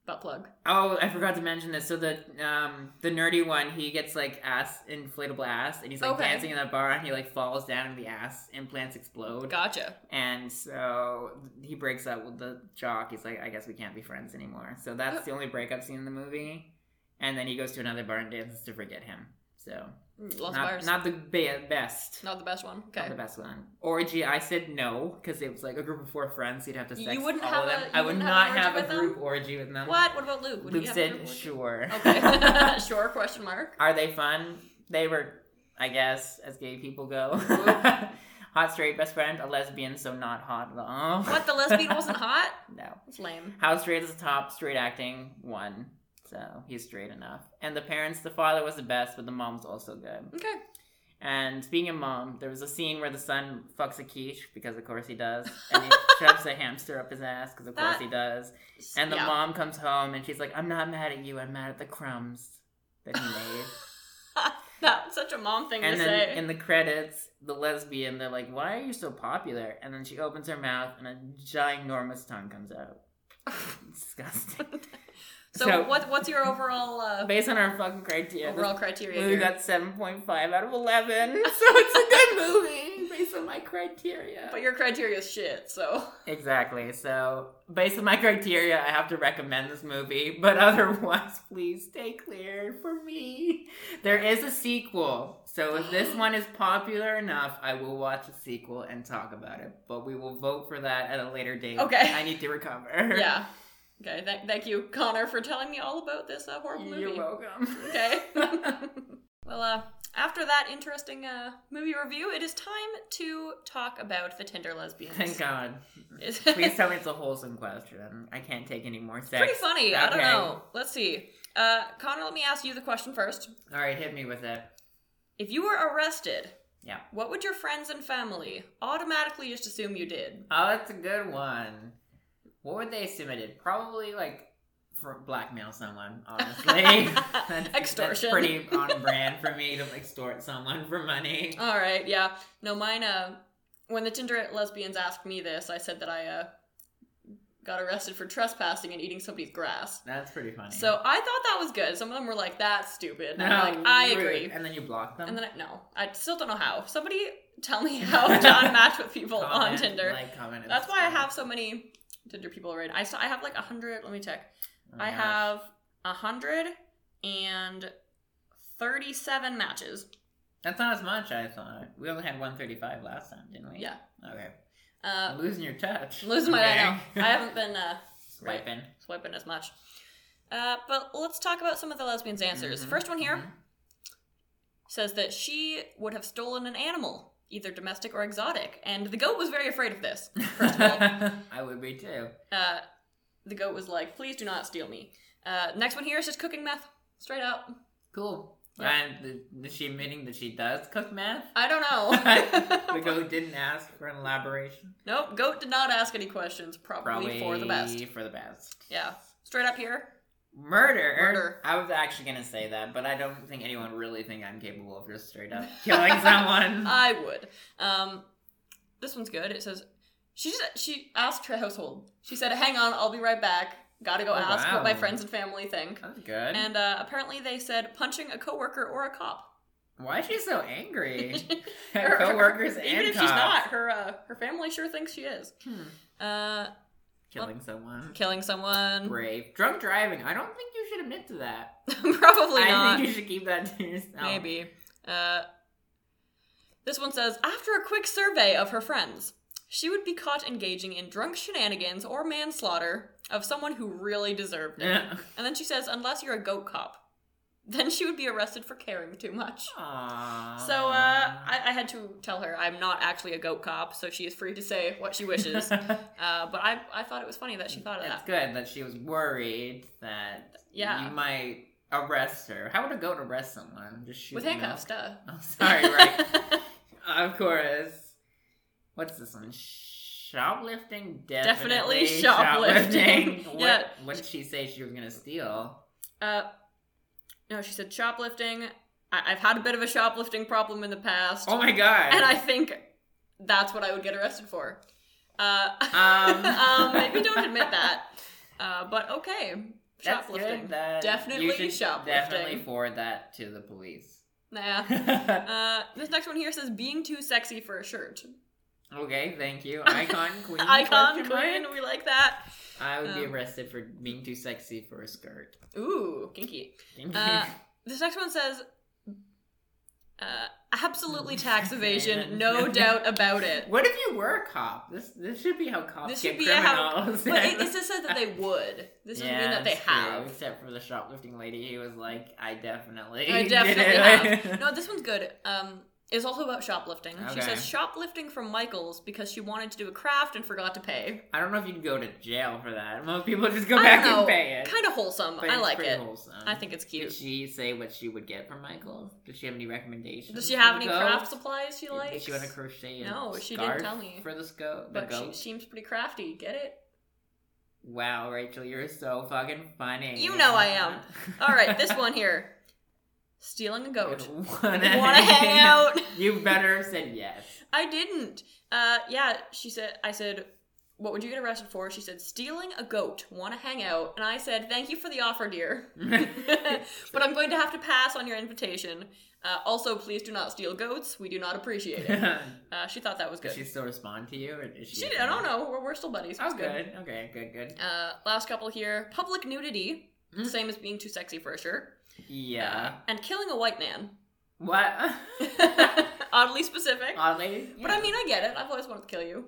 A: butt plug.
B: oh i forgot to mention this so the um the nerdy one he gets like ass inflatable ass and he's like
A: Okay.
B: dancing in a bar and he like falls down and the ass implants explode
A: Gotcha.
B: and so he breaks up with the jock. He's like, I guess we can't be friends anymore. So that's the only breakup scene in the movie. And then he goes to another bar and dances to forget him. So
A: Lost
B: not,
A: bars.
B: not the ba- best.
A: Not the best one.
B: Not
A: Okay.
B: the best one. Orgy, I said no because it was like a group of four friends. You'd have to
A: You
B: sex
A: wouldn't
B: all
A: have
B: of them.
A: a-
B: I
A: you
B: would
A: wouldn't have an
B: not
A: orgy
B: have a
A: with
B: group
A: them?
B: orgy with them.
A: What? What about Luke? Would
B: Luke
A: he have a
B: said
A: different-
B: sure.
A: Okay. sure? Question mark.
B: Are they fun? They were, I guess, as gay people go. hot straight best friend, a lesbian, so not hot. Oh.
A: What? The lesbian wasn't hot?
B: No.
A: That's lame.
B: How straight is the top? Straight acting, one. So he's straight enough. And the parents, the father was the best, but the mom's also good.
A: Okay.
B: And speaking of mom, there was a scene where the son fucks a quiche, because of course he does. And he shoves a hamster up his ass, because of course
A: That-
B: he does. And the
A: Yeah.
B: mom comes home and she's like, I'm not mad at you, I'm mad at the crumbs that he made.
A: That's such a mom thing
B: and
A: to
B: then
A: say.
B: in the credits, the lesbian, they're like, Why are you so popular? And then she opens her mouth and a ginormous tongue comes out. Disgusting.
A: so,
B: so-
A: what? What's your overall uh,
B: Based on our fucking criteria, this
A: overall criteria?
B: movie
A: here?
B: got 7.5 out of 11. So it's a good movie based on my criteria.
A: But your criteria is shit. So.
B: Exactly. So, based on my criteria, I have to recommend this movie. But otherwise, please stay clear for me. There is a sequel. So, if this one is popular enough, I will watch a sequel and talk about it. But we will vote for that at a later date.
A: Okay.
B: I need to recover.
A: Yeah. Okay. Th- thank you, Connor, for telling me all about this uh, horrible movie.
B: You're welcome.
A: Okay. well, uh, after that interesting uh, movie review, it is time to talk about the Tinder lesbians.
B: Thank God.
A: It's-
B: Please tell me it's a wholesome question. I can't take any more sex.
A: Pretty funny. I don't
B: Okay.
A: know. Let's see. Uh, Connor, let me ask you the question first.
B: All right, hit me with it.
A: If you were arrested
B: Yeah.
A: What would your friends and family automatically just assume you did?
B: Oh, that's a good one. What would they assume I did? Probably like for blackmail someone, honestly. That's-
A: Extortion.
B: That's pretty on brand for me to extort someone for money.
A: All right, yeah. No, mine. Uh, when the Tinder lesbians asked me this, I said that I uh, got arrested for trespassing and eating somebody's grass.
B: That's pretty funny.
A: So I thought that was good. Some of them were like, "That's stupid." And
B: No,
A: I'm like, "I
B: rude.
A: agree."
B: And then you block them.
A: And then I, no, I still don't know how. Somebody tell me how to unmatch with people on
B: Comment,
A: Tinder.
B: Like, comment, and
A: That's why I
B: subscribe.
A: have so many Tinder people right. I saw, I have like a hundred. Let me check.
B: Oh my
A: I
B: gosh.
A: have a hundred and thirty-seven matches.
B: That's not as much, I thought. We only had 135 last time, didn't we?
A: Yeah.
B: Okay.
A: Uh,
B: losing your touch.
A: losing my. I know. I
B: have
A: haven't been. Uh,
B: Swiping.
A: swiping as much. Uh, but let's talk about some of the lesbians' answers.
B: Mhm,
A: First one here
B: mhm.
A: says that she would have stolen an animal, either domestic or exotic, and the goat was very afraid of this. First of all,
B: I would be too.
A: uh, the goat was like, "Please do not steal me." Uh, next one here is just cooking meth, straight up.
B: Cool.
A: Yeah.
B: And th- is she admitting that she does cook meth?
A: I
B: the
A: don't know.
B: goat oh, didn't ask for an elaboration.
A: nope, goat did not ask any questions. Probably,
B: Probably
A: for the best.
B: For the best.
A: Yeah, straight up here.
B: Murder.
A: Murder.
B: I was actually gonna say that, but I don't think anyone really think I'm capable of just straight up killing someone.
A: I would. Um, this one's good. It says she just she asked her household. She said, "Hang on, I'll be right back. Gotta go
B: Oh,
A: ask what my
B: wow.
A: friends and family think."
B: That's good.
A: And uh, apparently, they said punching a coworker or a cop.
B: Why is she so angry?
A: Her-
B: Her coworkers
A: even
B: and
A: if she's
B: cops.
A: not, her uh, her family sure thinks she is.
B: Hmm.
A: Uh,
B: killing someone.
A: killing someone,
B: Brave. Drunk driving. I don't think you should admit to that.
A: probably
B: I
A: not.
B: think you should keep that to yourself.
A: Maybe. Uh, this one says after a quick survey of her friends, she would be caught engaging in drunk shenanigans or manslaughter of someone who really deserved it.
B: Yeah.
A: And then she says, unless you're a goat cop, then she would be arrested for caring too much.
B: Aww.
A: So uh, I, I had to tell her I'm not actually a goat cop, so she is free to say what she wishes. uh, but I, I thought it was funny that she thought of
B: It's
A: that.
B: good that she was worried that
A: Yeah.
B: you might arrest her. How would a goat arrest someone? Just shoot
A: With
B: them
A: handcuffs,
B: out?
A: duh.
B: Oh, sorry, right. of course. What's this one? Shoplifting,
A: Definitely
B: definitely,
A: shoplifting.
B: shoplifting.
A: Yeah.
B: What, what did she say she was gonna steal?
A: Uh, no, she said shoplifting. I- I've had a bit of a shoplifting problem in the past,
B: Oh my god!
A: and I think that's what I would get arrested for. Uh,
B: Um.
A: um, maybe don't admit that. Uh, but okay,
B: That's
A: shoplifting.
B: Good that
A: Definitely
B: you should
A: shoplifting.
B: Definitely forward that to the police.
A: Nah. Uh, this next one here says being too sexy for a shirt.
B: okay, thank you. Icon queen.
A: Icon
B: question mark?
A: queen, we like that.
B: I would be
A: Um,
B: arrested for being too sexy for a skirt.
A: Ooh, kinky. Uh, This next one says uh, absolutely tax evasion, no doubt about it.
B: what if you were a cop? This this should be how cops
A: This
B: get
A: should be how-
B: criminals.
A: But it, it just said that they would. This doesn't mean that they
B: it's true,
A: have.
B: Except for the shoplifting lady, he was like, "I definitely,
A: I
B: did
A: definitely
B: it."
A: No, this one's good. Um, it's also about shoplifting. She
B: Okay.
A: says shoplifting from Michaels because she wanted to do a craft and forgot to pay.
B: I don't know if you'd go to jail for that. Most people just go
A: I
B: back
A: don't know.
B: and pay it.
A: Kind of wholesome.
B: But
A: I
B: it's
A: like
B: pretty
A: it.
B: wholesome.
A: I think it's
B: Did
A: cute.
B: she say what she would get from Michael? Does she have any recommendations?
A: Does she have
B: for
A: any
B: the goat?
A: craft supplies she likes?
B: Did she want to crochet? A
A: No, she didn't
B: scarf
A: tell me.
B: For the scope, the
A: but she
B: goat.
A: seems pretty crafty. Get it?
B: Wow, Rachel, you're so fucking funny.
A: You know I am. All right, this one here. Stealing a goat.
B: Want to
A: Want to hang out?
B: You better have said yes.
A: I didn't. Uh, yeah, she said. I said, "What would you get arrested for?" She said, "Stealing a goat. Want to hang out?" And I said, "Thank you for the offer, dear, but I'm going to have to pass on your invitation. Uh, also, please do not steal goats. We do not appreciate it." Uh, she thought that was
B: Did
A: good.
B: she still respond to you, or did she?
A: She did. I don't know. We're, we're still buddies. It was
B: Oh, good. Okay, good, good.
A: Uh, last couple here. Public nudity,
B: Mm.
A: same as being too sexy for a shirt. Uh,
B: Yeah.
A: And killing a white man.
B: What?
A: Oddly specific.
B: Oddly,
A: But I mean, I get it. I've always wanted to kill you.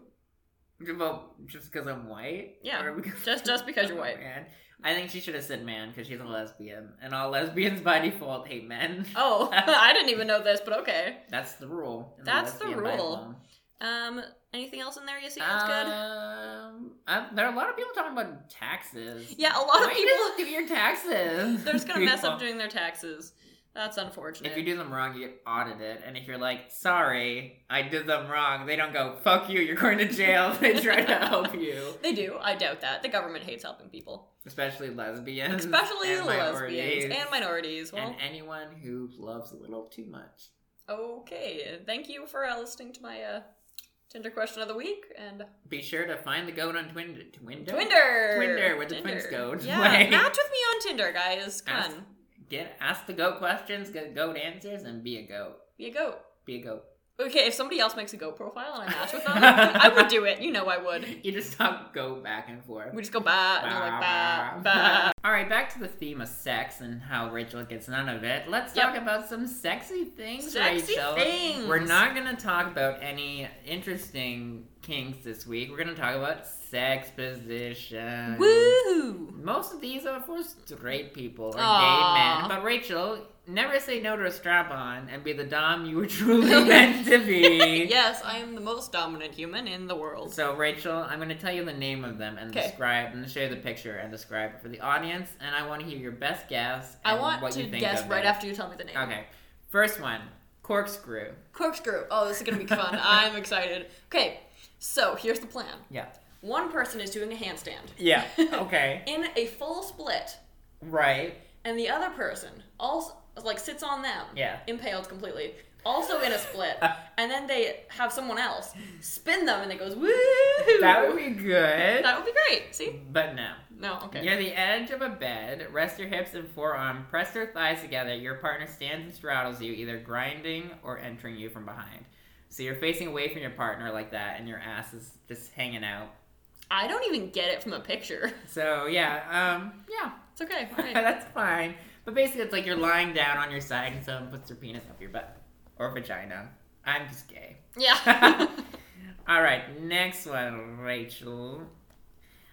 B: mean, well, just because I'm white.
A: Yeah,
B: Or because-
A: Just just because you're white.
B: Man. I think she should have said man because she's a lesbian, and all lesbians by default hate men.
A: Oh, I didn't even know this, but okay.
B: That's the rule. in
A: That's the
B: lesbian
A: rule.
B: Bible.
A: Um, anything else in there you see
B: Uh,
A: that's good?
B: Um, I, there are a lot of people talking about taxes.
A: Yeah, a lot of
B: Why you
A: people
B: just do your taxes.
A: they're just gonna mess up
B: People.
A: doing their taxes. That's unfortunate.
B: If you do them wrong, you get audited. And if you're like, sorry, I did them wrong, they don't go, fuck you, you're going to jail. they try to help you.
A: they do. I doubt that. The government hates helping people,
B: Especially lesbians.
A: especially
B: and
A: lesbians and
B: minorities,
A: minorities. Well,
B: And anyone who loves a little too much.
A: okay. Thank you for uh, listening to my uh, Tinder question of the week and
B: Be sure to find the goat on Twinder. Twinder?
A: Twinder.
B: Twinder, where the twins go.
A: Yeah,
B: Like-
A: match with me on Tinder, guys. Come
B: Ask-
A: on,
B: Get ask the goat questions, get goat answers, and be a goat.
A: be a goat.
B: Be a goat.
A: Okay, if somebody else makes a goat profile and I match with them, I would do it. You know, I would.
B: You just talk goat back and forth.
A: We just go bah, and they're like bah,
B: Bah,
A: bah.
B: bah. All right, back to the theme of sex and how Rachel gets none of it. Let's
A: Yep.
B: talk about some sexy things,
A: Sexy
B: Rachel.
A: things.
B: We're not going to talk about any interesting kinks this week. We're going to talk about sex positions.
A: Woo!
B: Most of these are for straight people or
A: Aw.
B: gay men. But Rachel, never say no to a strap on and be the dom you were truly meant to be.
A: Yes, I am the most dominant human in the world.
B: So Rachel, I'm going to tell you the name of them and
A: 'Kay.
B: describe and show you the picture and describe it for the audience. And I want to hear your best guess.
A: I
B: and
A: want
B: what
A: to
B: you think
A: guess
B: of
A: right
B: it.
A: after you tell me the name.
B: Okay, first one, corkscrew.
A: Corkscrew. Oh, this is gonna be fun. I'm excited. Okay, so here's the plan.
B: Yeah.
A: One person is doing a handstand
B: Yeah. Okay.
A: in a full split,
B: right.
A: and the other person also like sits on them.
B: Yeah.
A: Impaled completely. Also in a split, and then they have someone else spin them, and it goes woo.
B: That would be good.
A: That would be great. See?
B: But no.
A: No. Okay.
B: Near the edge of a bed, rest your hips and forearm, press your thighs together. Your partner stands and straddles you, either grinding or entering you from behind. So you're facing away from your partner like that, and your ass is just hanging out.
A: I don't even get it from a picture.
B: So yeah, um, yeah,
A: It's okay. All right.
B: that's fine. But basically, it's like you're lying down on your side, and someone puts their penis up your butt or vagina. I'm just gay.
A: Yeah.
B: All right, next one, Rachel.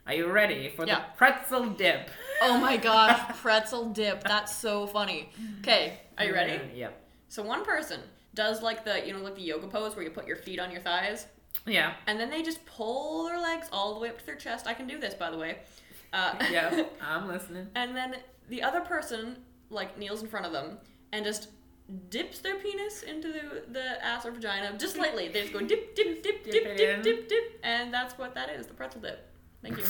B: Are you ready for
A: Yeah.
B: the pretzel dip?
A: oh my gosh, pretzel dip. That's so funny. Okay, are you ready?
B: Yep.
A: So one person does like the you know like the yoga pose where you put your feet on your thighs
B: Yeah.
A: and then they just pull their legs all the way up to their chest. I can do this by the way. Uh,
B: Yeah, I'm listening.
A: and then the other person like kneels in front of them and just dips their penis into the, the ass or vagina just lightly. They just go dip dip dip
B: Dip
A: dip
B: it
A: dip
B: in.
A: dip dip, and that's what that is the pretzel dip. Thank you.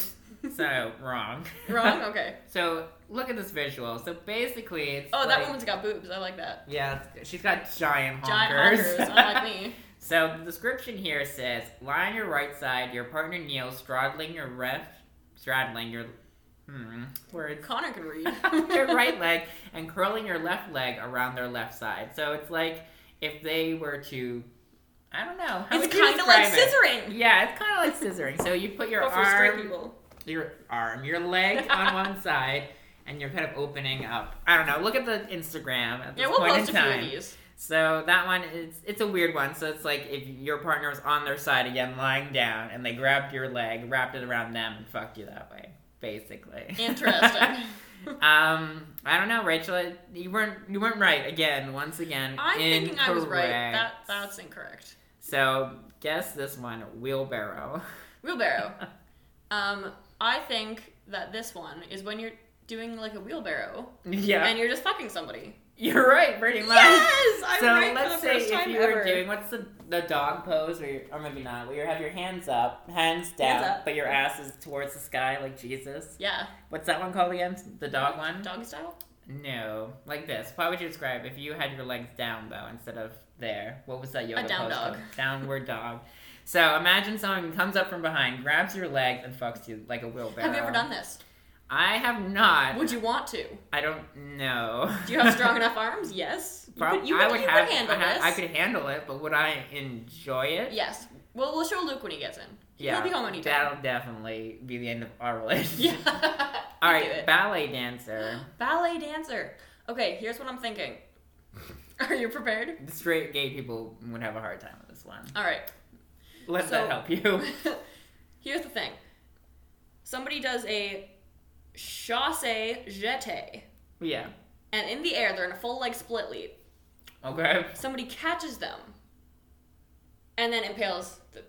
B: So wrong.
A: Wrong. Okay.
B: so look at this visual. So basically, it's
A: Oh, that
B: like-
A: woman's got boobs. I like that.
B: Yeah, that's good. she's got giant honkers.
A: Giant honkers, Oh, unlike me.
B: so the description here says: lie on your right side. Your partner kneels, straddling your left, straddling your hmm, words.
A: Connor can read.
B: your right leg and curling your left leg around their left side. So it's like if they were to, I don't know. How would
A: It's
B: you
A: kind of like
B: describe it?
A: scissoring.
B: Yeah, it's kind of like scissoring. So you put your
A: But for
B: arm
A: straight people.
B: your arm, your leg on one side, and you're kind of opening up. I don't know. Look at the Instagram at this
A: Yeah, we'll
B: point
A: post
B: in
A: a few
B: time.
A: of these.
B: So that one is it's a weird one. So it's like if your partner was on their side again, lying down, and they grabbed your leg, wrapped it around them, and fucked you that way, basically.
A: Interesting.
B: um, I don't know, Rachel. it- You weren't you weren't right again. Once again,
A: I'm thinking I was right.
B: incorrect.
A: That that's incorrect.
B: So guess this one, wheelbarrow.
A: Wheelbarrow. Um, I think that this one is when you're doing like a wheelbarrow
B: yeah,
A: and you're just fucking somebody.
B: you're right, pretty much.
A: Yes, I'm
B: so
A: right
B: let's
A: for the
B: say
A: first
B: if
A: time
B: you
A: ever.
B: were doing what's the, the dog pose, where you're, or maybe not, where you have your hands up, hands down,
A: up.
B: but your ass is towards the sky like Jesus.
A: yeah,
B: What's that one called again? The dog one?
A: dog style.
B: No, like this. How would you describe if you had your legs down though instead of there? What was that yoga
A: down
B: pose
A: dog.
B: called? Downward dog. So imagine someone comes up from behind, grabs your legs, and fucks you like a wheelbarrow.
A: Have you ever done this?
B: I have not.
A: Would you want to?
B: I don't know.
A: Do you have strong enough arms? Yes. You
B: Prob-
A: could, you
B: I
A: could-
B: would
A: you could
B: have.
A: handle
B: I, ha-
A: this.
B: I could handle it, but would I enjoy it?
A: Yes. Well, we'll show Luke when he gets in.
B: Yeah,
A: He'll be home any time.
B: that'll definitely be the end of our relationship.
A: Yeah.
B: All
A: Do
B: right,
A: it.
B: ballet dancer,
A: Ballet dancer. Okay, here's what I'm thinking. Are you prepared?
B: The straight gay people would have a hard time with this one.
A: All right.
B: Let
A: So-
B: that help you.
A: here's the thing. Somebody does a chasse jeté,
B: yeah.
A: and in the air they're in a full leg split leap.
B: Okay.
A: Somebody catches them, and then impales the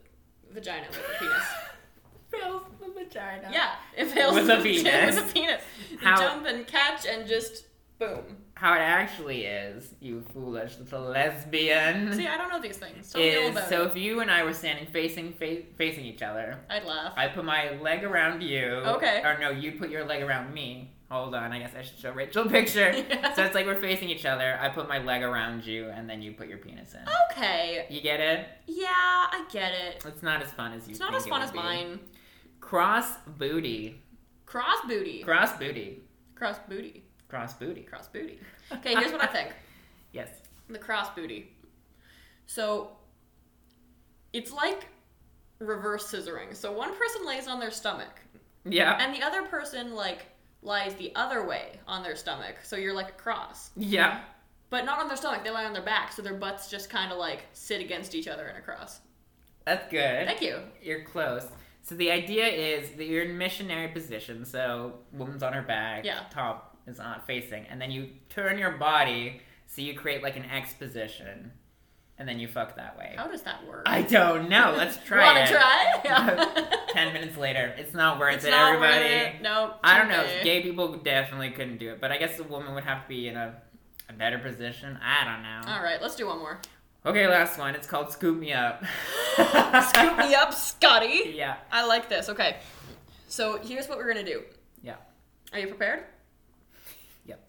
A: vagina with the penis.
B: Fills the vagina.
A: yeah, impales
B: With a
A: the-
B: penis.
A: with a penis.
B: How-
A: Jump and catch and just boom.
B: how it actually is, you foolish little lesbian.
A: See, I don't know these things. Tell me all
B: is
A: about
B: so
A: it.
B: if you and I were standing facing fa- facing each other,
A: I'd laugh.
B: I put my leg around you.
A: Okay.
B: Or no, you put your leg around me. Hold on, I guess I should show Rachel a picture.
A: Yeah.
B: So it's like we're facing each other. I put my leg around you, and then you put your penis
A: Oh.
B: in.
A: okay.
B: You get it?
A: Yeah, I get it.
B: It's not as fun as you.
A: It's not
B: think
A: as
B: it
A: fun
B: would
A: as
B: be.
A: mine.
B: Cross booty.
A: Cross booty.
B: Cross booty.
A: Cross booty.
B: Cross booty.
A: Cross booty. Okay, here's what I think.
B: Yes.
A: The cross booty. So it's like reverse scissoring. So one person lays on their stomach
B: Yeah.
A: and the other person like lies the other way on their stomach. So you're like a cross.
B: Yeah.
A: But not on their stomach, they lie on their back, so their butts just kind of like sit against each other in a cross.
B: That's good.
A: Thank you.
B: You're close. So the idea is that you're in missionary position. So woman's on her back,
A: Yeah.
B: top is on facing, and then you turn your body so you create like an X position, and then you fuck that way.
A: How does that work?
B: I don't know. Let's try
A: Oh. Wanna
B: it.
A: try? Yeah.
B: Ten minutes later, it's not worth
A: It's
B: it,
A: not worth
B: everybody.
A: it. No.
B: I don't know.
A: okay.
B: Gay people definitely couldn't do it, but I guess the woman would have to be in a, a better position. I don't know.
A: All right, let's do one more.
B: Okay, last one. It's called Scoop Me Up.
A: Scoop me up, Scotty.
B: Yeah.
A: I like this. Okay. So here's what we're gonna do.
B: Yeah.
A: Are you prepared?
B: Yep.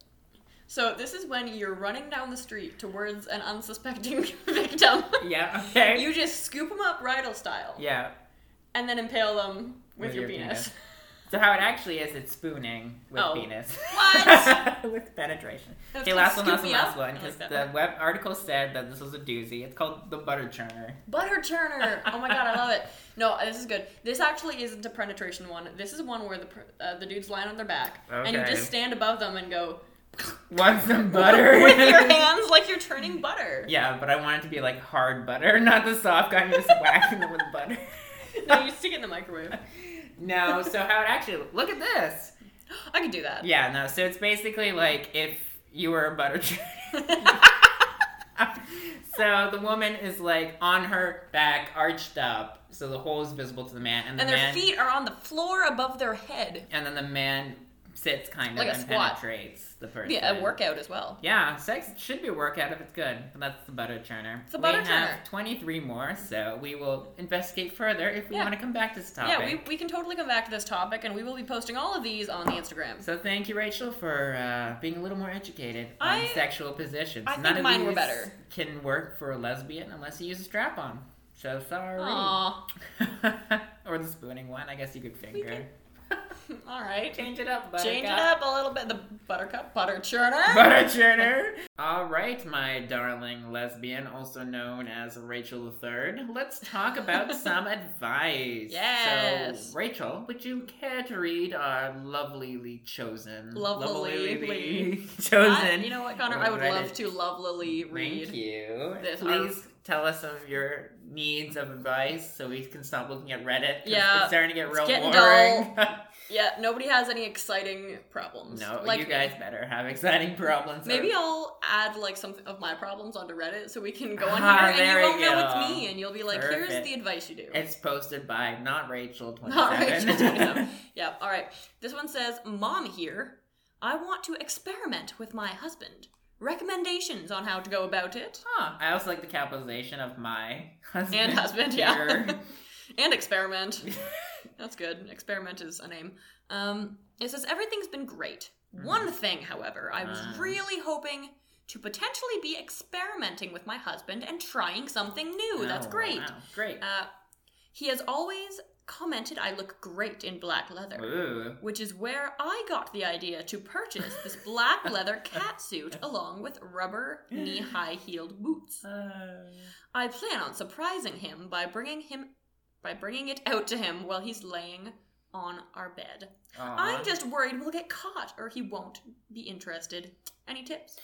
A: So this is when you're running down the street towards an unsuspecting victim.
B: Yeah. Okay.
A: You just scoop them up bridal style,
B: Yeah.
A: and then impale them with,
B: With
A: your,
B: your
A: penis.
B: So how it actually is, it's spooning with
A: Oh.
B: penis.
A: What?
B: with penetration.
A: That's
B: okay,
A: called
B: last
A: scoop
B: one, last one,
A: me
B: last
A: up.
B: one.
A: I
B: Because
A: like that
B: the
A: one.
B: web article said that this was a doozy. It's called the butter churner.
A: Butter churner. Oh my god, I love it. No, this is good. This actually isn't a penetration one. This is one where the pr- uh, the dude's lying on their back, and you
B: Okay.
A: just stand above them and go
B: Want some butter?
A: with your hands like you're churning butter.
B: Yeah, but I want it to be like hard butter, not the soft kind. You're just whacking it with butter.
A: No, you stick it in the microwave.
B: No, so how it actually look at this.
A: I could do that.
B: Yeah, no, so it's basically like if you were a butter churner. so the woman is like on her back, arched up, so the hole is visible to the man, and the
A: and their
B: man,
A: feet are on the floor above their head.
B: and then the man sits kind of
A: Like a
B: and
A: squat.
B: penetrates the person.
A: Yeah, a workout as well.
B: Yeah, sex should be a workout if it's good, but that's the butter churner.
A: It's the butter
B: we have
A: churner.
B: 23 more, so we will investigate further if we
A: Yeah.
B: want to come back to this topic.
A: Yeah, we, we can totally come back to this topic, and we will be posting all of these on the Instagram.
B: So thank you, Rachel, for uh, being a little more educated on
A: I-
B: sexual positions.
A: I think
B: None of
A: mine were
B: these
A: better.
B: Can work for a lesbian unless you use a strap on. So sorry.
A: Aw,
B: or the spooning one. I guess you could finger.
A: all right.
B: Change it up, buttercup.
A: Change it up a little bit. The buttercup butter churner.
B: Butter churner. All right, my darling lesbian, also known as Rachel the Third. Let's talk about some advice.
A: Yes.
B: So, Rachel, would you care to read our lovelily chosen,
A: Lovelily.
B: chosen?
A: I- you know what, Connor? I would
B: Reddit.
A: love to love Lily
B: Thank
A: read.
B: you.
A: This-
B: Please tell us some of your needs of advice so we can stop looking at Reddit. 'cause
A: Yeah,
B: it's starting to get
A: it's
B: real
A: getting
B: boring.
A: Yeah, nobody has any exciting problems.
B: no,
A: like
B: you guys better have exciting problems. or-
A: Maybe I'll add like some of my problems onto Reddit so we can go on
B: Ah,
A: here and
B: there
A: you
B: we
A: won't know
B: go.
A: it's me and you'll be like, here's
B: Perfect.
A: the advice you do.
B: It's posted by not Rachel twenty
A: Not Rachel
B: seven.
A: 27. yeah, all right. This one says, Mom here, I want to experiment with my husband. Recommendations on how to go about it.
B: huh. I also like the capitalization of my husband
A: And husband, yeah.
B: here.
A: and experiment. That's good. Experiment is a name. Um, it says, Everything's been great.
B: Mm.
A: One thing, however, I was
B: Ah.
A: really hoping to potentially be experimenting with my husband and trying something new. That's
B: Oh,
A: great.
B: wow. Great.
A: Uh, he has always commented I look great in black leather.
B: Ooh.
A: which is where I got the idea to purchase this black leather catsuit along with rubber knee high heeled boots. I plan on surprising him by bringing him by bringing it out to him while he's laying on our bed.
B: Aw.
A: I'm just worried we'll get caught or he won't be interested. Any tips?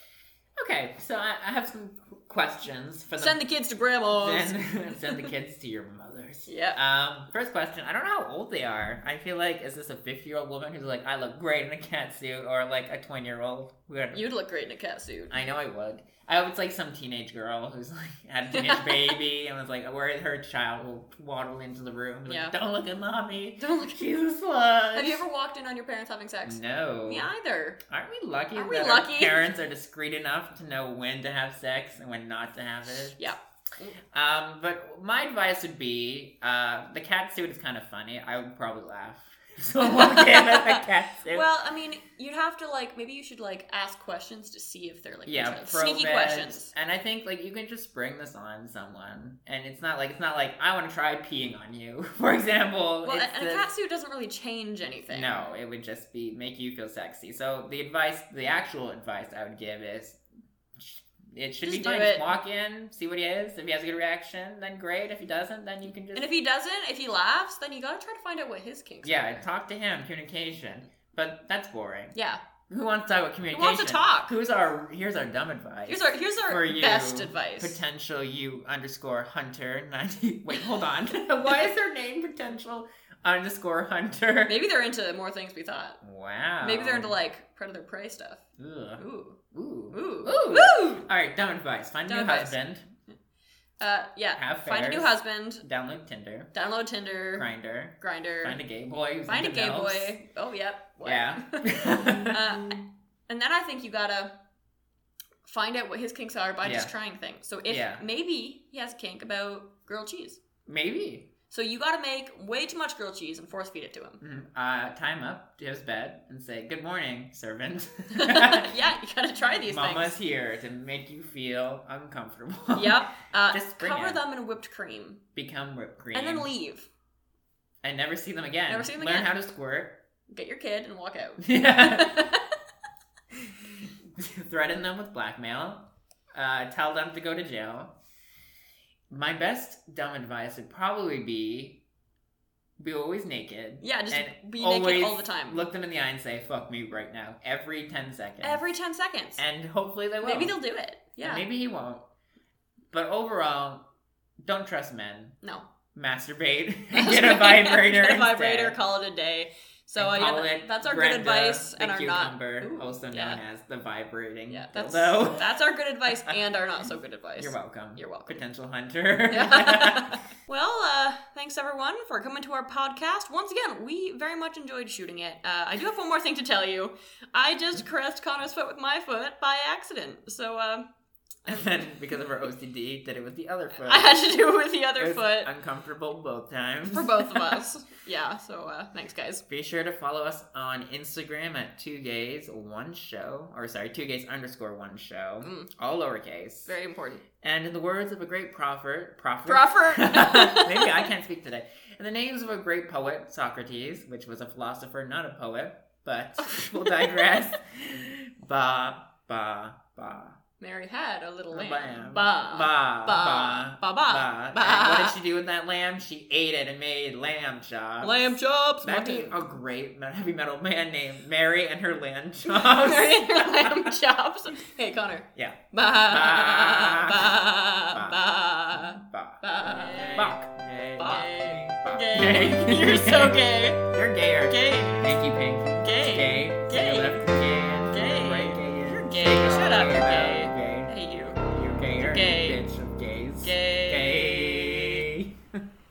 B: Okay, so I, I have some questions for the
A: Send the kids to grandma's.
B: send, send the kids to your mothers.
A: yeah.
B: Um, first question. I don't know how old they are. I feel like is this a fifty-year-old woman who's like, I look great in a cat suit, or like a twenty-year-old?
A: You'd look great in a cat suit.
B: I know I would. I hope it's like some teenage girl who's like had a teenage baby and was like, where her child will waddle into the room. Like,
A: Yeah.
B: Don't look at mommy.
A: Don't look.
B: She's a slut.
A: Have you ever walked in on your parents having sex?
B: No.
A: Me either.
B: Aren't we lucky
A: Aren't we
B: that
A: lucky?
B: our parents are discreet enough to know when to have sex and when not to have it?
A: Yeah.
B: Um, but my advice would be uh, the cat suit is kind of funny. I would probably laugh. if Someone gave us a cat suit.
A: Well, I mean, you'd have to like maybe you should like ask questions to see if they're like
B: yeah,
A: interested. sneaky
B: pro-veg.
A: questions.
B: And I think like you can just spring this on someone, and it's not like it's not like I want to try peeing on you, for example.
A: Well,
B: it's
A: and a
B: the-
A: cat suit doesn't really change anything.
B: No, it would just be make you feel sexy. So the advice, the actual advice I would give is, it should
A: Just
B: be
A: do
B: fun.
A: it.
B: Just walk in, see what he is. If he has a good reaction, then great. If he doesn't, then you can just
A: And if he doesn't, if he laughs, then you gotta try to find out what his kinks.
B: yeah,
A: Are.
B: talk to him. Communication, but that's boring.
A: Yeah.
B: Who wants to talk about
A: Who
B: communication?
A: wants to talk?
B: Who's our? Here's our dumb advice.
A: Here's our here's
B: For
A: our
B: you,
A: best advice.
B: potential you underscore hunter ninety. Wait, hold on. Why is her name potential underscore hunter?
A: Maybe they're into more things we thought.
B: Wow.
A: Maybe they're into like predator prey stuff.
B: Ugh.
A: Ooh.
B: Ooh.
A: Ooh.
B: Oh. Ooh.
A: Ooh.
B: All right, dumb advice. Find a
A: Dumb
B: new
A: advice.
B: husband.
A: Uh yeah.
B: Have
A: Find a new
B: affairs.
A: husband.
B: Download Tinder.
A: Download Tinder.
B: Grinder.
A: Grinder.
B: Find a gay boy. who's
A: Find a
B: into
A: gay
B: MILFs.
A: boy. Oh yep. What?
B: Yeah.
A: Uh, And then I think you gotta find out what his kinks are by just
B: Yeah.
A: trying things. So if
B: Yeah.
A: maybe he has a kink about grilled cheese.
B: Maybe.
A: So you gotta make way too much grilled cheese and force feed it to him.
B: Mm, Uh, time up to his bed and say, Good morning, servant.
A: yeah, you gotta try these
B: Mama's
A: things.
B: here to make you feel uncomfortable.
A: Yep. Uh,
B: Just bring
A: cover
B: it.
A: them in whipped cream,
B: Become whipped cream.
A: and then leave.
B: And never see them again.
A: Never see them
B: Learn
A: again.
B: how to squirt.
A: Get your kid and walk out.
B: threaten them with blackmail, uh, tell them to go to jail. My best dumb advice would probably be be always naked.
A: yeah, just
B: And
A: be naked
B: always
A: all the time.
B: Look them in the eye and say, fuck me right now, every 10 seconds.
A: Every 10 seconds.
B: And hopefully they will.
A: Maybe they'll do it.
B: And
A: Yeah.
B: Maybe he won't. But overall, don't trust men.
A: No.
B: Masturbate and get a vibrator.
A: Get a vibrator,
B: instead.
A: call it a day. So uh,
B: And
A: yeah,
B: call
A: th-
B: it
A: that's our
B: Brenda
A: good advice
B: the
A: and our not
B: cucumber,
A: Ooh,
B: also known
A: yeah.
B: as the vibrating
A: Yeah, that's
B: dildo.
A: that's our good advice and our not so good advice.
B: You're welcome.
A: You're welcome.
B: Potential hunter.
A: Yeah. well, uh, thanks everyone for coming to our podcast. Once again, we very much enjoyed shooting it. Uh, I do have one more thing to tell you. I just caressed Connor's foot with my foot by accident. So uh,
B: and then because of our OCD, did it with the other foot.
A: I had to do it with the other
B: It was
A: foot
B: Uncomfortable both times.
A: for both of us. Yeah. So uh, thanks, guys.
B: Be sure to follow us on Instagram at two gays one show, or sorry, two gays underscore one show,
A: Mm.
B: all lowercase.
A: Very important.
B: And in the words of a great prophet, prophet,
A: Proffer.
B: maybe I can't speak today. In the names of a great poet, Socrates, which was a philosopher, not a poet, but we'll digress. ba ba ba
A: Mary had a little lamb.
B: Lamb.
A: Ba.
B: ba
A: Ba.
B: ba
A: Ba. Ba.
B: ba. And what did she do with that lamb? She ate it and made lamb chops.
A: Lamb chops.
B: That'd be
A: mutton.
B: a great me- heavy metal band named Mary and her lamb chops.
A: Mary and her lamb chops. Hey, Connor.
B: Yeah.
A: Ba. Ba.
B: Ba.
A: Ba.
B: Ba.
A: Ba.
B: Bach.
A: Ba.
B: Ba.
A: Gay. You're so gay.
B: You're gayer.
A: Gay.
B: Pinky pink.